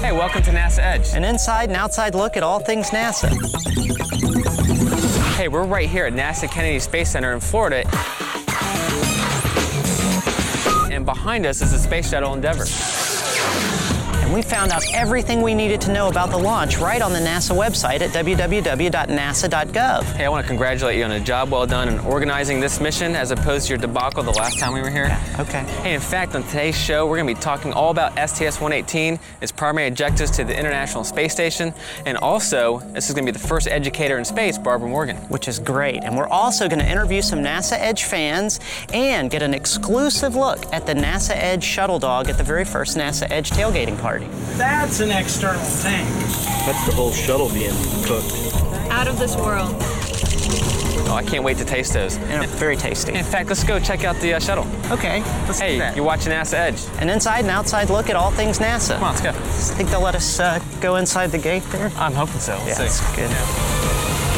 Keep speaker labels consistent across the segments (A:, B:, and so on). A: Hey, welcome to NASA Edge.
B: An inside and outside look at all things NASA.
A: Hey, we're right here at NASA Kennedy Space Center in Florida. And behind us is the Space Shuttle Endeavour.
B: And we found out everything we needed to know about the launch right on the NASA website at www.nasa.gov.
A: Hey, I want to congratulate you on a job well done in organizing this mission as opposed to your debacle the last time we were here.
B: Okay.
A: Hey, in fact, on today's show, we're going to be talking all about STS 118, its primary objectives to the International Space Station, and also, this is going to be the first educator in space, Barbara Morgan.
B: Which is great. And we're also going to interview some NASA Edge fans and get an exclusive look at the NASA Edge shuttle dog at the very first NASA Edge tailgating party.
C: That's an external tank.
D: That's the whole shuttle being cooked.
E: out of this world.
A: Oh, I can't wait to taste those.
B: And very tasty.
A: In fact, let's go check out the uh, shuttle.
B: Okay. Let's do
A: Hey,
B: that.
A: you're watching NASA Edge. Come
B: An inside and outside look at all things NASA.
A: on, let's go.
B: I think they'll let us uh, go inside the gate there.
A: I'm hoping so. We'll
B: Yeah,
A: see.
B: that's good.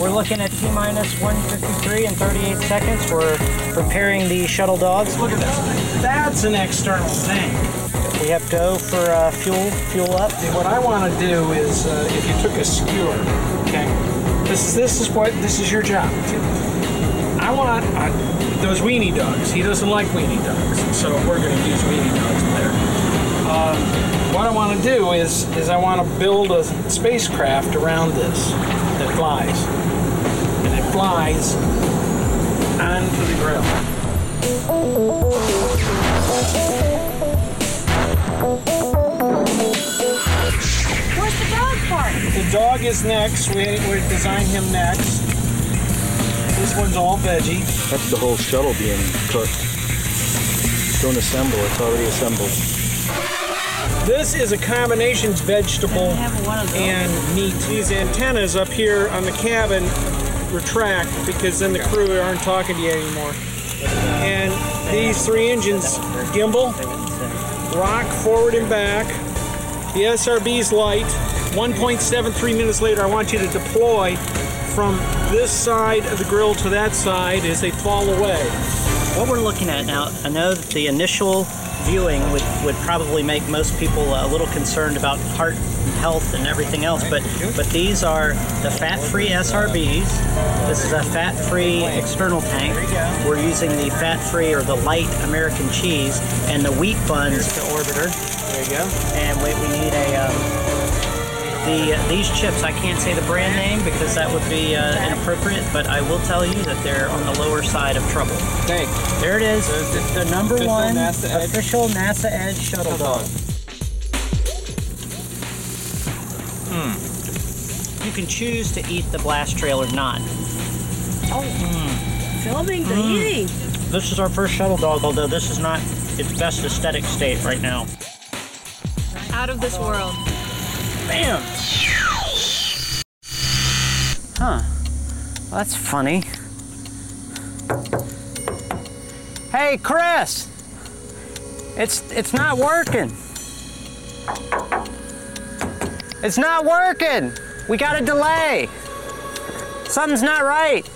C: We're looking at T minus 153 and 38 seconds. We're preparing the shuttle dogs. Look at this. That's an external tank. We have go for uh, fuel, fuel up. What I want to do is, uh, if you took a skewer, okay, this is this is what this is your job. I want uh, those weenie dogs. He doesn't like weenie dogs, so we're going to use weenie dogs there. Um, What I want to do is is I want to build a spacecraft around this that flies, and it flies onto the grill.
E: Where's the dog part?
C: The dog is next. We we designed him next. This one's all veggie.
D: That's the whole shuttle being cooked. Don't assemble, it's already assembled.
C: This is a combination vegetable and meat. These antennas up here on the cabin retract because then the crew aren't talking to you anymore. And these three engines gimbal, rock forward and back, the SRB's light. 1.73 minutes later, I want you to deploy from this side of the grill to that side as they fall away.
B: What we're looking at now, I know that the initial viewing would, would probably make most people uh, a little concerned about heart health and everything else, but but these are the fat-free SRBs. This is a fat-free external tank. We're using the fat-free or the light American cheese and the wheat buns to orbiter.
C: There you go.
B: And we, we need a um, the these chips. I can't say the brand name because that would be uh, inappropriate, but I will tell you that they're on the lower side of trouble.
C: Thanks.
B: There it is. The number
C: Official
B: one
C: NASA Edge.
B: official NASA Edge shuttle dog. You can choose to eat the blast trail or not.
E: Filming the eating.
B: This is our first shuttle dog, although this is not its best aesthetic state right now.
E: Out of this world.
C: Bam!
B: that's funny. Hey, Chris! It's it's not working. It's not working. We got a delay. Something's not right.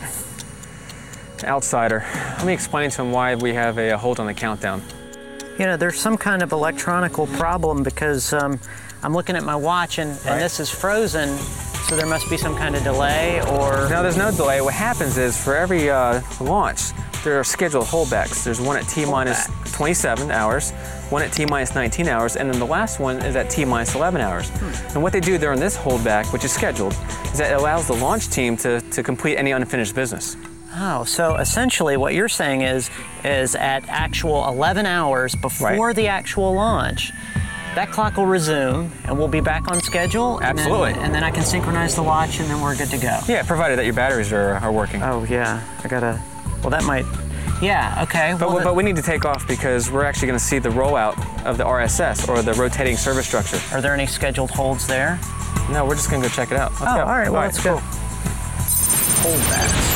A: Outsider. Let me explain to him why we have a hold on the countdown.
B: You know, there's some kind of electronical problem because um, I'm looking at my watch and, and this is frozen, so there must be some kind of delay or.
A: Now, there's no delay. What happens is for every uh, launch, there are scheduled holdbacks. There's one at T minus 27 hours, one at T minus 19 hours, and then the last one is at T minus 11 hours. And what they do during this holdback, which is scheduled, is that it allows the launch team to, to complete any unfinished business.
B: Oh, so essentially what you're saying is, is at actual 11 hours before the actual launch, That clock will resume, and we'll be back on schedule. and then-
A: Absolutely.
B: and then I can synchronize the watch, and then we're good to go.
A: Yeah, provided that your batteries are, are working.
B: Oh yeah, I gotta. Well, that might. Yeah. Okay.
A: But,
B: well,
A: we- but we need to take off because we're actually going to see the rollout of the RSS or the rotating service structure.
B: are there any scheduled holds there?
A: No, we're just going to go check it out. Let's
B: Oh,
A: go.
B: all right. Well, let's go. Hold that.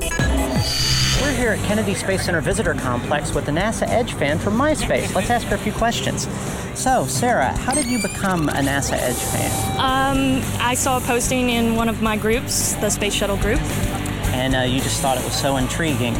B: We're here at Kennedy Space Center Visitor Complex with the NASA Edge fan from MySpace. Let's ask her a few questions. So, Sarah, how did you become a NASA Edge fan?
E: Um, I saw a posting in one of my groups, the Space Shuttle group.
B: And uh, you just thought it was so intriguing.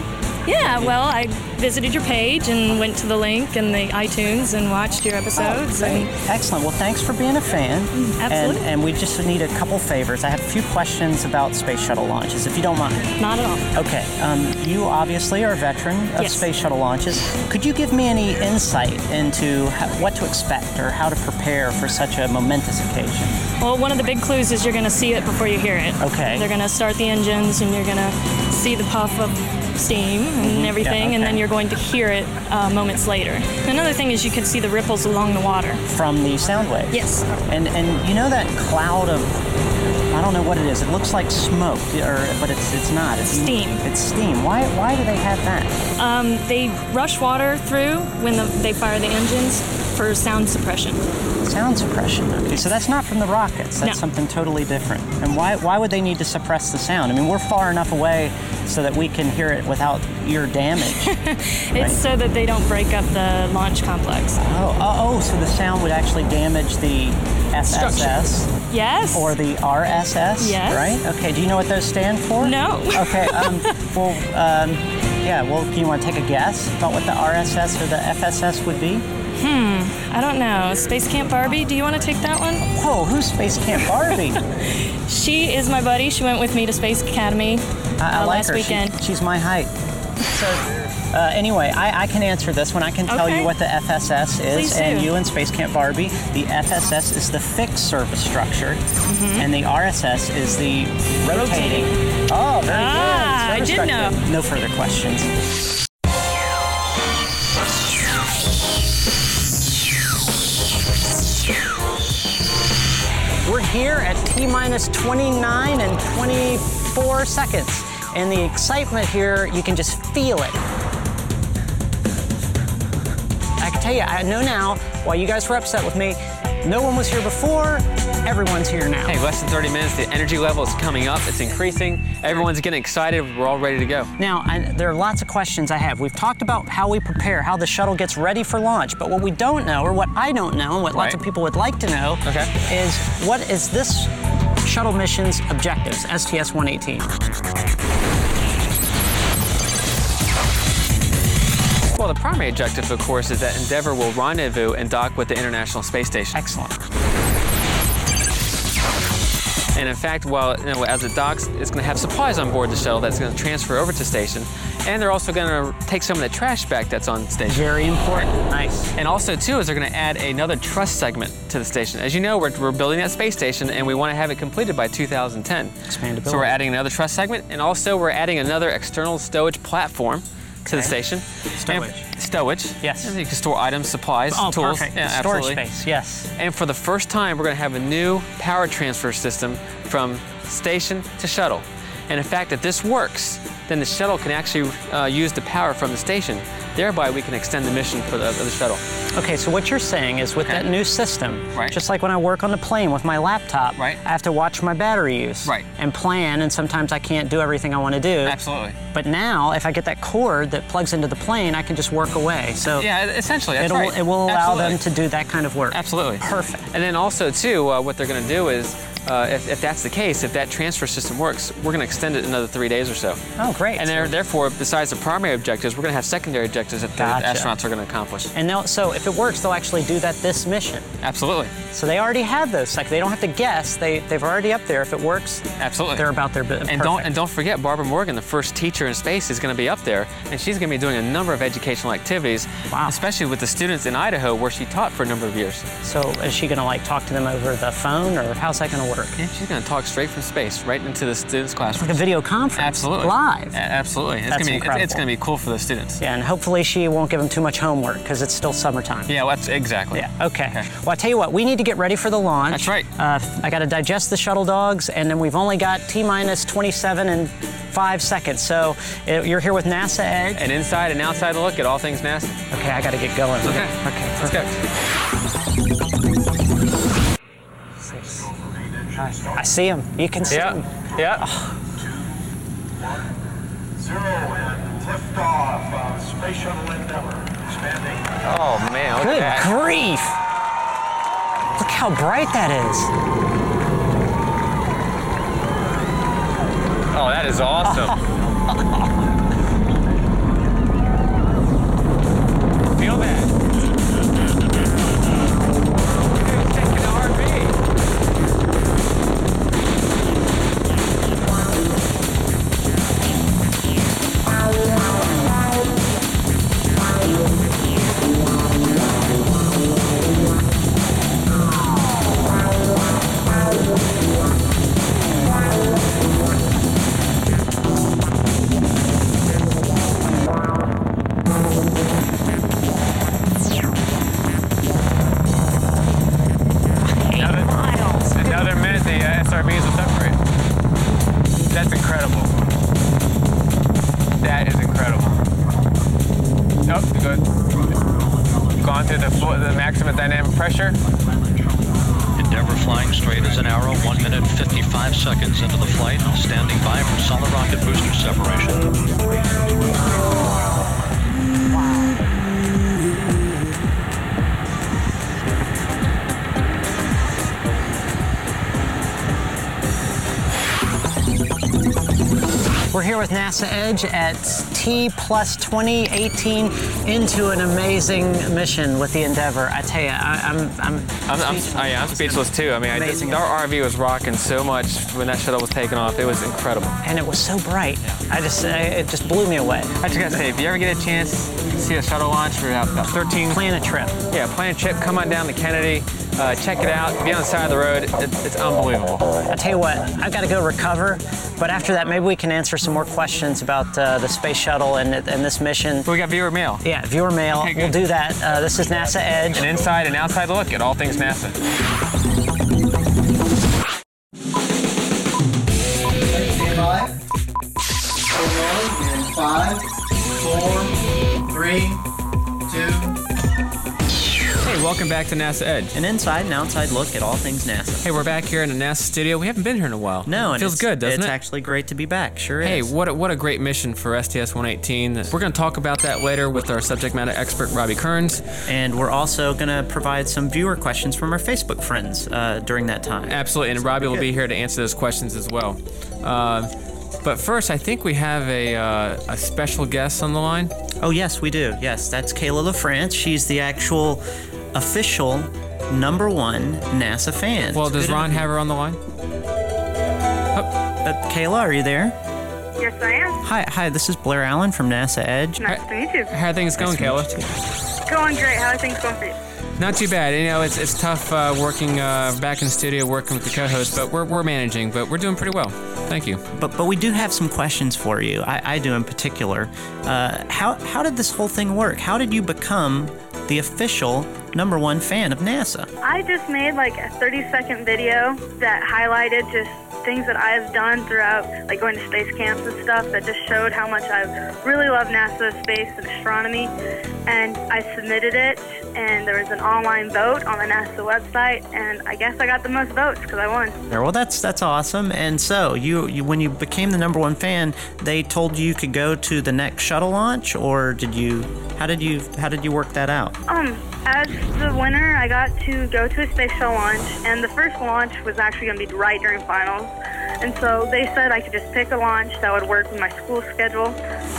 E: Yeah, well, I visited your page and went to the link and the iTunes and watched your episodes.
B: Great.
E: and
B: Excellent. Well, thanks for being a fan.
E: Mm, absolutely.
B: And, and we just need a couple favors. I have a few questions about space shuttle launches, if you don't mind.
E: not at all.
B: Okay. Um, you obviously are a veteran of
E: Yes.
B: space shuttle launches. Could you give me any insight into how, what to expect or how to prepare for such a momentous occasion?
E: Well, one of the big clues is you're going to see it before you hear it.
B: Okay.
E: They're going to start the engines and you're going to see the puff of steam and everything, and
B: Mm-hmm.
E: then
B: okay.
E: you're going to hear it uh, moments later. Another thing is you can see the ripples along the water.
B: From the sound waves.
E: Yes.
B: And and you know that cloud of I don't know what it is. It looks like smoke, or but it's it's not. It's
E: Steam.
B: It's steam. Why why do they have that?
E: They rush water through when the, they fire the engines for sound suppression.
B: Sound suppression. Okay, so that's not from the rockets. That's
E: No.
B: something totally different. And why why would they need to suppress the sound? I mean, we're far enough away so that we can hear it without ear damage.
E: It's so that they don't break up the launch complex.
B: oh, oh oh. So the sound would actually damage the SSS
E: Yes.
B: or the RSS.
E: Yes.
B: Right. Okay. Do you know what those stand for?
E: no.
B: Okay. Um, well, um, yeah. Well, do you want to take a guess about what the RSS or the FSS would be?
E: I don't know. Space Camp Barbie, do you want to take that one?
B: Whoa, who's Space Camp Barbie?
E: She is my buddy. She went with me to Space Academy
B: I, I
E: uh,
B: like
E: last
B: her. She-
E: weekend.
B: she's my height. So, uh, anyway, I, I can answer this one. I can tell
E: Okay.
B: you what the FSS
E: Please
B: is, and
E: do.
B: you and Space Camp Barbie. The FSS is the fixed surface structure,
E: Mm-hmm.
B: and the RSS is the rotating. Oh, very
E: Ah,
B: good.
E: I
B: Surface
E: did know.
B: structure. No further questions. We're here at T minus 29 and 24 seconds. And the excitement here, you can just feel it. I can tell you, I know now why you guys were upset with me. No one was here before, everyone's here now.
A: Hey, less than 30 minutes. The energy level is coming up. It's increasing. Everyone's getting excited. We're all ready to go.
B: Now, I, there are lots of questions I have. We've talked about how we prepare, how the shuttle gets ready for launch, but what we don't know, or what I don't know, and what lots of
A: Right.
B: people would like to know,
A: Okay.
B: is what is this shuttle mission's objectives, STS 118?
A: Well, the primary objective, of course, is that Endeavour will rendezvous and dock with the International Space Station.
B: Excellent.
A: And in fact, while you know, as it docks, it's going to have supplies on board the shuttle that's going to transfer over to station, and they're also going to take some of the trash back that's on station.
B: Very important. Nice.
A: And also, too, is they're going to add another trust segment to the station. As you know, we're, we're building that space station, and we want to have it completed by 2010.
B: Expandability.
A: So we're adding another trust segment, and also we're adding another external stowage platform to the station.
B: Stowage.
A: And- stowage.
B: Yes.
A: And you can store items, supplies,
B: Oh,
A: tools.
B: perfect.
A: Yeah,
B: Storage
A: absolutely.
B: space, yes.
A: And for the first time, we're going to have a new power transfer system from station to shuttle. And in fact, if this works, then the shuttle can actually uh, use the power from the station. Thereby, we can extend the mission for the, of the shuttle.
B: Okay, so what you're saying is with that new system,
A: Right.
B: just like when I work on the plane with my laptop,
A: Right.
B: I have to watch my battery use
A: Right.
B: and plan, and sometimes I can't do everything I want to do.
A: Absolutely.
B: But now, if I get that cord that plugs into the plane, I can just work away. So
A: Yeah, e-, essentially, that's
B: it'll,
A: right.
B: it will allow
A: Absolutely.
B: them to do that kind of work.
A: Absolutely.
B: Perfect.
A: And then also too, uh, what they're going to do is uh, if, if that's the case, if that transfer system works, we're going to extend it another three days or so.
B: Oh, great.
A: And there, therefore, besides the primary objectives, we're going to have secondary objectives that
B: Gotcha.
A: the astronauts are going to accomplish.
B: And they'll, so if it works, they'll actually do that this mission.
A: Absolutely.
B: So they already have those. Like they don't have to guess. They they've already up there. If it works,
A: Absolutely.
B: they're about their. bu-
A: And
B: perfect.
A: don't and don't forget Barbara Morgan, the first teacher in space, is going to be up there, and she's going to be doing a number of educational activities,
B: Wow.
A: especially with the students in Idaho where she taught for a number of years.
B: So is she gonna like talk to them over the phone, or how's that gonna work?
A: And she's going to talk straight from space right into the students' classroom.
B: Like a video conference.
A: Absolutely.
B: Live.
A: A- absolutely. It's
B: That's
A: going to be it's- it's
B: incredible.
A: going to be cool for the students.
B: Yeah, and hopefully she won't give them too much homework because it's still summertime.
A: Yeah, well, that's exactly.
B: Yeah. Okay.
A: Okay.
B: Well, I tell you what, we need to get ready for the launch.
A: That's right.
B: Uh, I got to digest the shuttle dogs, and then we've only got t minus 27 and five seconds. So uh, you're here with NASA Ed.
A: An inside and outside look at all things NASA.
B: Okay, I got to get going.
A: Okay.
B: Okay.
A: Let's go.
B: Six. I see him. You can see him.
A: Yeah.
F: Zero and liftoff of Space Shuttle Endeavour, expanding
A: Oh man, look
B: Good
A: at that.
B: grief! Look how bright that is.
A: Oh, that is awesome. Feel that. Dude, check the RV. Another, another minute, the uh, SRBs will separate. That's incredible. That is incredible. Nope, good. Gone through the, fo- the maximum dynamic pressure.
G: Endeavour flying straight as an arrow, 1 minute 55 seconds into the flight, standing by for solid rocket booster separation.
B: We're here with NASA Edge at T plus 2018 into an amazing mission with the Endeavour. I tell you, I, I'm, I'm,
A: I'm, I'm,
B: speechless.
A: I, am speechless too. I mean, I just,
B: Amazing.
A: our RV was rocking so much when that shuttle was taking off. It was incredible.
B: and it was so bright. I just, I, it just blew me away.
A: I just gotta say, if you ever get a chance to see a shuttle launch, we're out about 13.
B: Plan a trip.
A: Yeah, plan a trip. Come on down to Kennedy. Uh, check it out. Be on the side of the road. It's, it's unbelievable.
B: I tell you what, I've got to go recover. But after that, maybe we can answer some more questions about uh, the space shuttle and, and this mission.
A: We got viewer mail.
B: Yeah, viewer mail.
A: Okay, good.
B: we'll do that. Uh, this is NASA Edge.
A: An inside and outside look at all things NASA.
H: Stand by. Hold on. In five, four, three, two,
A: Hey, welcome back to NASA Edge.
I: An inside and outside look at all things NASA.
A: Hey, we're back here in the NASA studio. We haven't been here in a while.
I: No, and
A: feels
I: it's,
A: good, doesn't
I: it's
A: it?
I: actually great to be back. Sure
A: Hey,
I: is.
A: what a, what a great mission for STS-118. We're going to talk about that later with our subject matter expert Robbie Kearns.
I: And we're also going to provide some viewer questions from our Facebook friends uh, during that time.
A: Absolutely, and Robbie will be here to answer those questions as well. Uh, but first, I think we have a uh, a special guest on the line.
I: Oh, yes, we do. Yes, that's Kayla LaFrance. She's the actual official number one NASA fan.
A: Well,
I: It's a
A: does
I: good
A: Ron have her on the line?
I: Uh, Kayla, are you there?
J: Yes, I am.
I: Hi, hi. This is Blair Allen from NASA Edge.
J: Nice to meet you.
A: How are things going, Kayla?
J: Going great. How are things going for you?
A: Not too bad. You know, it's, it's tough uh, working uh, back in the studio, working with the co-host, but we're, we're managing, but we're doing pretty well. Thank you.
I: But but we do have some questions for you. I, I do in particular. Uh, how how did this whole thing work? How did you become the official number one fan of NASA?
J: I just made like a 30 second video that highlighted just things that I've done throughout, like going to space camps and stuff, that just showed how much I really love NASA, space, and astronomy. And I submitted it, and there was an online vote on the NASA website, and I guess I got the most votes because I won.
I: Well, that's that's awesome. And so you, you when you became the number one fan, they told you you could go to the next shuttle launch, or did you? How did you how did you work that out?
J: Um, as the the winter, I got to go to a space shuttle launch, and the first launch was actually going to be right during finals. And so they said I could just pick a launch that would work with my school schedule.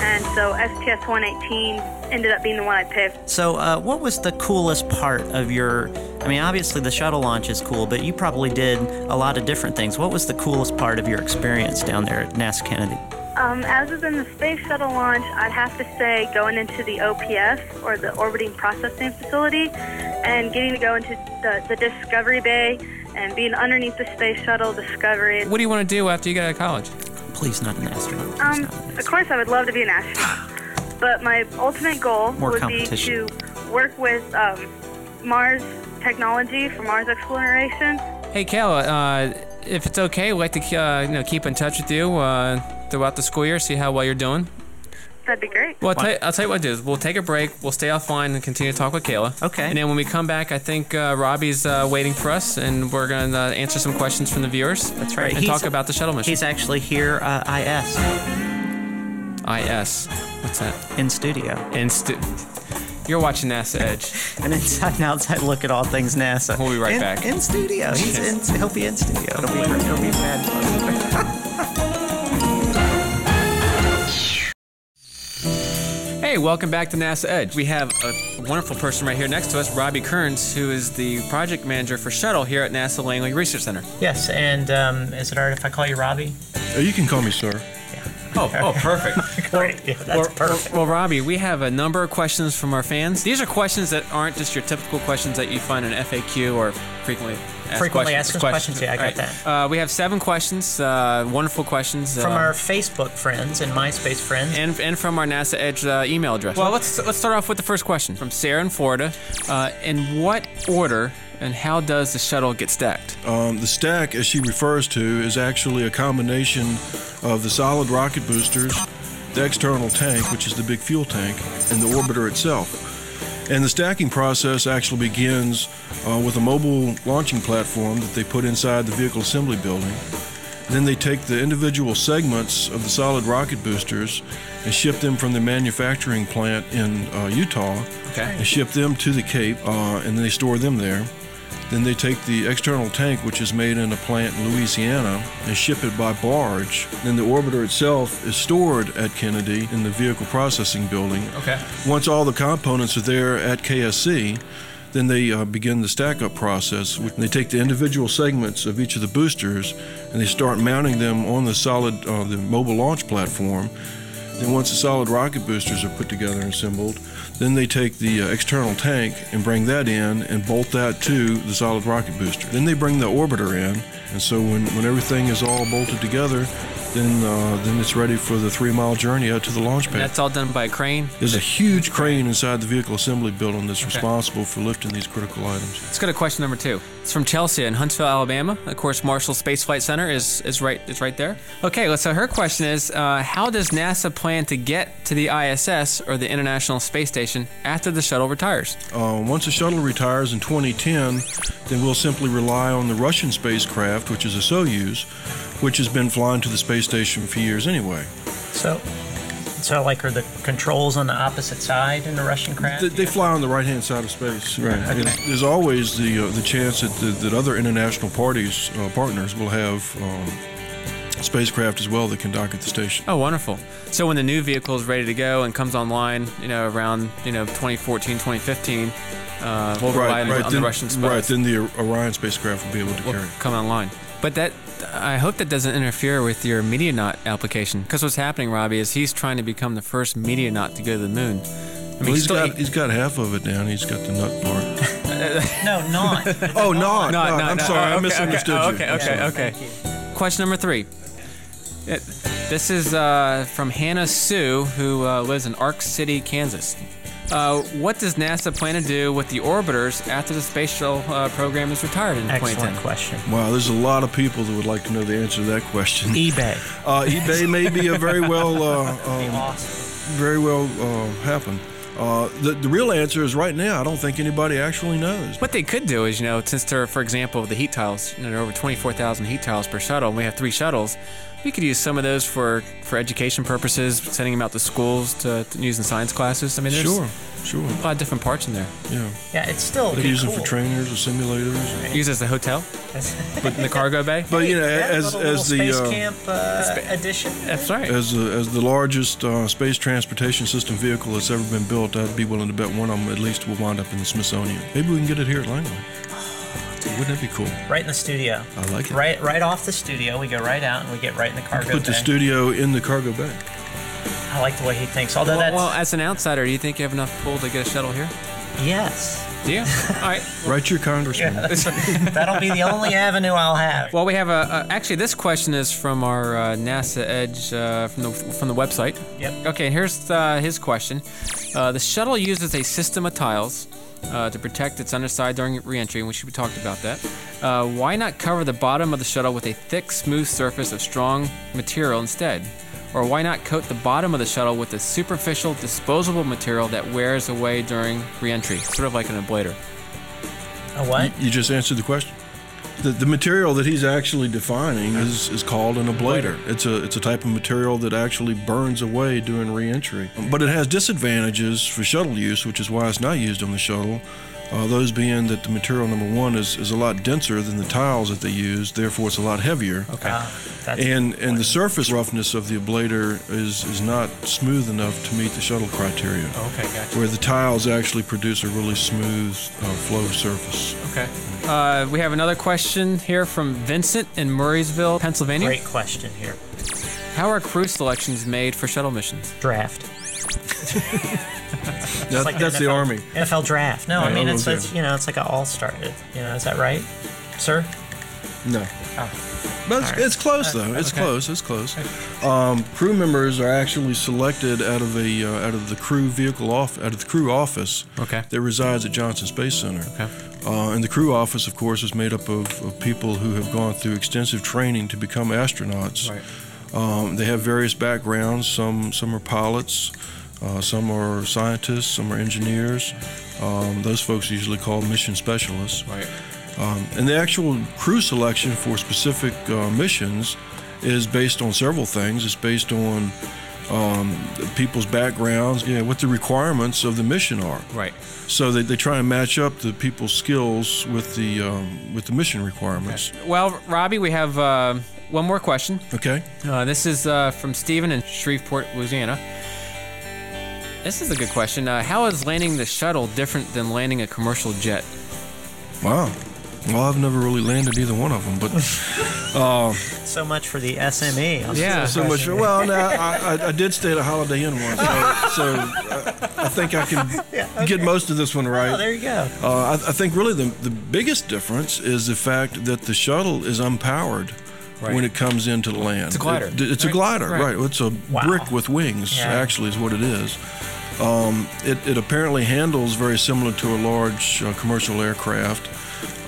J: And so STS 118 ended up being the one I picked.
K: So, uh, what was the coolest part of your? I mean, obviously the shuttle launch is cool, but you probably did a lot of different things. What was the coolest part of your experience down there at NASA Kennedy?
J: Um, as is in the space shuttle launch, I'd have to say going into the OPS or the orbiting processing facility and getting to go into the, the Discovery Bay and being underneath the space shuttle Discovery.
A: What do you want to do after you get out of college?
K: Please, not an astronaut.
J: Um, of course, I would love to be an astronaut, but my ultimate goal
K: More
J: would be to
K: competition.
J: work with um, Mars technology for Mars exploration.
A: Hey, Kayla, uh, if it's okay, we'd like to uh, you know, keep in touch with you uh, throughout the school year, see how well you're doing.
J: That'd be great.
A: Well, I'll tell, you, I'll tell you what I'll do is we'll take a break, we'll stay offline and continue to talk with Kayla. Okay. And then when we come back, I think uh, Robbie's uh, waiting for us, and we're going to uh, answer some questions from the viewers. That's
K: right.
A: And
K: He's-
A: talk about the shuttle mission.
K: He's actually here, uh, IS.
A: IS. What's that?
K: In studio.
A: In stu- You're watching NASA Edge.
K: An inside and outside look at all things NASA.
A: We'll be right
K: in,
A: back.
K: In studio. He's in, he'll be in studio. It'll be, it'll be fabulous.
A: Hey, welcome back to NASA Edge. We have a wonderful person right here next to us, Robbie Kearns, who is the project manager for Shuttle here at NASA Langley Research Center.
G: Yes, and um, is it all right if I call you Robbie?
H: You can call me sir.
A: Oh, oh, perfect.
G: Great. Yeah, that's perfect.
A: Well, Robbie, we have a number of questions from our fans. These are questions that aren't just your typical questions that you find in FAQ or frequently asked
G: Frequently
A: questions.
G: asked questions, yeah, I
A: All
G: got
A: right. Uh, we have seven questions, uh, wonderful questions
G: From
A: uh,
G: our Facebook friends and MySpace friends.
A: and, and from our NASA Edge uh, email address. Well, let's let's start off with the first question from Sarah in Florida. Uh, in what order and how does the shuttle get stacked?
H: Um, the stack, as she refers to, is actually a combination of the solid rocket boosters, the external tank, which is the big fuel tank, and the orbiter itself. And the stacking process actually begins uh, with a mobile launching platform that they put inside the vehicle assembly building. Then they take the individual segments of the solid rocket boosters and ship them from the manufacturing plant in uh, Utah
A: Okay.
H: and ship them to the Cape, uh, and then they store them there. Then they take the external tank, which is made in a plant in Louisiana, and ship it by barge. Then the orbiter itself is stored at Kennedy in the vehicle processing building.
A: Okay.
H: Once all the components are there at KSC, then they uh, begin the stack up process. They take the individual segments of each of the boosters and they start mounting them on the solid, uh, the mobile launch platform. Then, once the solid rocket boosters are put together and assembled, then they take the uh, external tank and bring that in and bolt that to the solid rocket booster. Then they bring the orbiter in, and so when, when everything is all bolted together, then uh, then it's ready for the three mile journey out to the launch pad.
A: That's all done by a crane.
H: There's a huge crane inside the vehicle assembly building that's
A: Okay.
H: responsible for lifting these critical items.
A: Let's go to question number two. It's from Chelsea in Huntsville, Alabama. Of course, Marshall Space Flight Center is, is right is right there. Okay, so her question is, uh, how does NASA plan to get to the ISS or the International Space Station after the shuttle retires?
H: Uh, once the shuttle retires in 2010, then we'll simply rely on the Russian spacecraft, which is a Soyuz, which has been flying to the space station for years anyway.
G: So, so like are the controls on the opposite side in the Russian craft?
H: They, they fly on the right hand side of space.
G: Right.
H: And
G: Okay.
H: There's always the uh, the chance that, that, that other international parties uh, partners will have um, spacecraft as well that can dock at the station.
A: Oh, wonderful. So when the new vehicle is ready to go and comes online, you know, around, you know, 2014, 2015, uh, we'll rely on, on
H: then,
A: the Russian space.
H: Right, then the Orion spacecraft will be able to carry. it.
A: come online. But that, I hope that doesn't interfere with your Medianaut application. Because what's happening, Robbie, is he's trying to become the first Medianaut to go to the moon. I
H: well,
A: mean,
H: he's
A: still,
H: got he's got half of it down. He's got the nut part.
G: no, not.
H: oh,
A: No,
H: not. not.
A: no,
H: I'm
A: no.
H: sorry,
A: Oh,
H: I
A: okay,
H: misunderstood
A: okay,
H: you.
A: okay,
H: I'm
A: okay,
H: sorry.
A: okay. Question number three. It- This is uh, from Hannah Sue, who uh, lives in Arc City, Kansas. Uh, what does NASA plan to do with the orbiters after the space shuttle uh, program is retired in 2010?
G: question.
H: Wow, there's a lot of people that would like to know the answer to that question.
G: eBay.
H: Uh, eBay may be a very well, uh, um, very well uh, happen. Uh, the, the real answer is right now. I don't think anybody actually knows.
A: What they could do is, you know, since they're, for example, the heat tiles, you know, there are over 24,000 heat tiles per shuttle, and we have three shuttles, We could use some of those for, for education purposes, sending them out to schools to, to use in science classes. I mean, there's
H: Sure, sure.
A: a lot of different parts in there.
H: Yeah.
G: Yeah, it's still.
H: They use them for trainers or simulators.
A: Use it as a hotel, but in the cargo bay.
H: But you know, as as the
G: space
H: uh,
G: camp uh, edition.
A: That's right.
H: as the, as the largest uh, space transportation system vehicle that's ever been built, I'd be willing to bet one of them at least will wind up in the Smithsonian. Maybe we can get it here at Langley. Wouldn't that be cool?
G: Right in the studio.
H: I like it.
G: Right, right off the studio, we go right out and we get right in the cargo.
H: Put the
G: bay.
H: studio in the cargo bay.
G: I like the way he thinks. Although
A: Well,
G: that's
A: well, as an outsider, do you think you have enough pull to get a shuttle here?
G: yes.
A: Do you? All right.
H: Write your congressman.
G: That'll be the only avenue I'll have.
A: Well, we have a, a actually this question is from our uh, NASA Edge uh, from the from the website.
G: Yep.
A: Okay, here's uh, his question. Uh, the shuttle uses a system of tiles uh, to protect its underside during reentry, and we should we talked about that. Uh, why not cover the bottom of the shuttle with a thick, smooth surface of strong material instead? Or why not coat the bottom of the shuttle with a superficial, disposable material that wears away during reentry, sort of like an ablator?
G: A what?
H: You just answered the question. The, the material that he's actually defining is, is called an ablator. It's a it's a type of material that actually burns away during reentry. But it has disadvantages for shuttle use, which is why it's not used on the shuttle. Uh, those being that the material number one is, is a lot denser than the tiles that they use, therefore it's a lot heavier.
A: Okay.
G: Oh, Uh, that's
H: and and the surface roughness of the ablator is is not smooth enough to meet the shuttle criteria.
G: Oh.
A: Okay, gotcha.
H: Where the tiles actually produce a really smooth uh, flow surface.
A: Okay. Uh, we have another question here from Vincent in Murraysville, Pennsylvania.
G: Great question here.
A: How are crew selections made for shuttle missions?
G: Draft.
H: That-
G: It's like
H: that's the
G: NFL
H: Army.
G: NFL draft. No, I
H: Yeah,
G: mean
H: I
G: it's,
H: will
G: it's
H: do.
G: you know it's like an all star. You know is that right, sir?
H: No. But it's,
G: Oh. All right.
H: it's close though. It's
G: Okay.
H: close. It's close. Um, crew members are actually selected out of a uh, out of the crew vehicle off out of the crew office.
A: Okay.
H: That resides at Johnson Space Center.
A: Okay.
H: Uh, and the crew office, of course, is made up of, of people who have gone through extensive training to become astronauts.
A: Right.
H: Um, they have various backgrounds. Some some are pilots, uh, some are scientists, some are engineers. Um, those folks are usually called mission specialists.
A: Right.
H: Um, and the actual crew selection for specific uh, missions is based on several things. It's based on um, people's backgrounds, you know, what the requirements of the mission are.
A: Right.
H: So they, they try and match up the people's skills with the um, with the mission requirements.
A: Well, Robbie, we have uh, one more question.
H: Okay.
A: Uh, this is uh, from Steven in Shreveport, Louisiana. This is a good question. Uh, how is landing the shuttle different than landing a commercial jet?
H: Wow. Well, I've never really landed either one of them, but uh,
G: So much for the E. SME. I'm
A: Yeah.
H: so much. Well, now I, I, I did stay at a Holiday Inn once, so, so I, I think I can get most of this one right.
G: Oh, there you go.
H: Uh, I, I think really the, the biggest difference is the fact that the shuttle is unpowered
A: Right.
H: when it comes into the land.
A: It's a glider.
H: It- it's
A: Right,
H: a glider,
A: right.
H: right. It's a
G: Wow.
H: brick with wings,
G: Yeah.
H: actually, is what it is. Um, it, it apparently handles very similar to a large uh, commercial aircraft,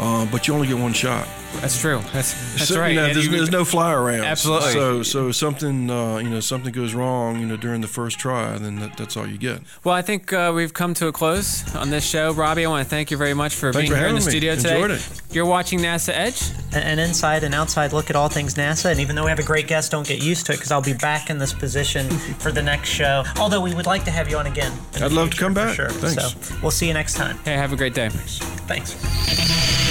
H: uh, but you only get one shot.
A: That's true. That's, that's
H: So, you
A: right.
H: know,
A: And
H: there's,
A: you-
H: there's no fly around.
A: Absolutely.
H: So, so if something, uh, you know, something goes wrong, you know, during the first try, then that, that's all you get.
A: Well, I think uh, we've come to a close on this show. Robbie, I want to thank you very much for
H: Thanks
A: being
H: for
A: here in the
H: having me.
A: studio today.
H: Enjoyed it.
A: You're watching NASA Edge.
G: an inside and outside look at all things NASA. And even though we have a great guest, don't get used to it because I'll be back in this position for the next show. Although we would like to have you on again. in the
H: I'd love to
G: future
H: come
G: for
H: back.
G: Sure.
H: Thanks.
G: So we'll see you next time.
A: Hey, have a great day.
G: Thanks.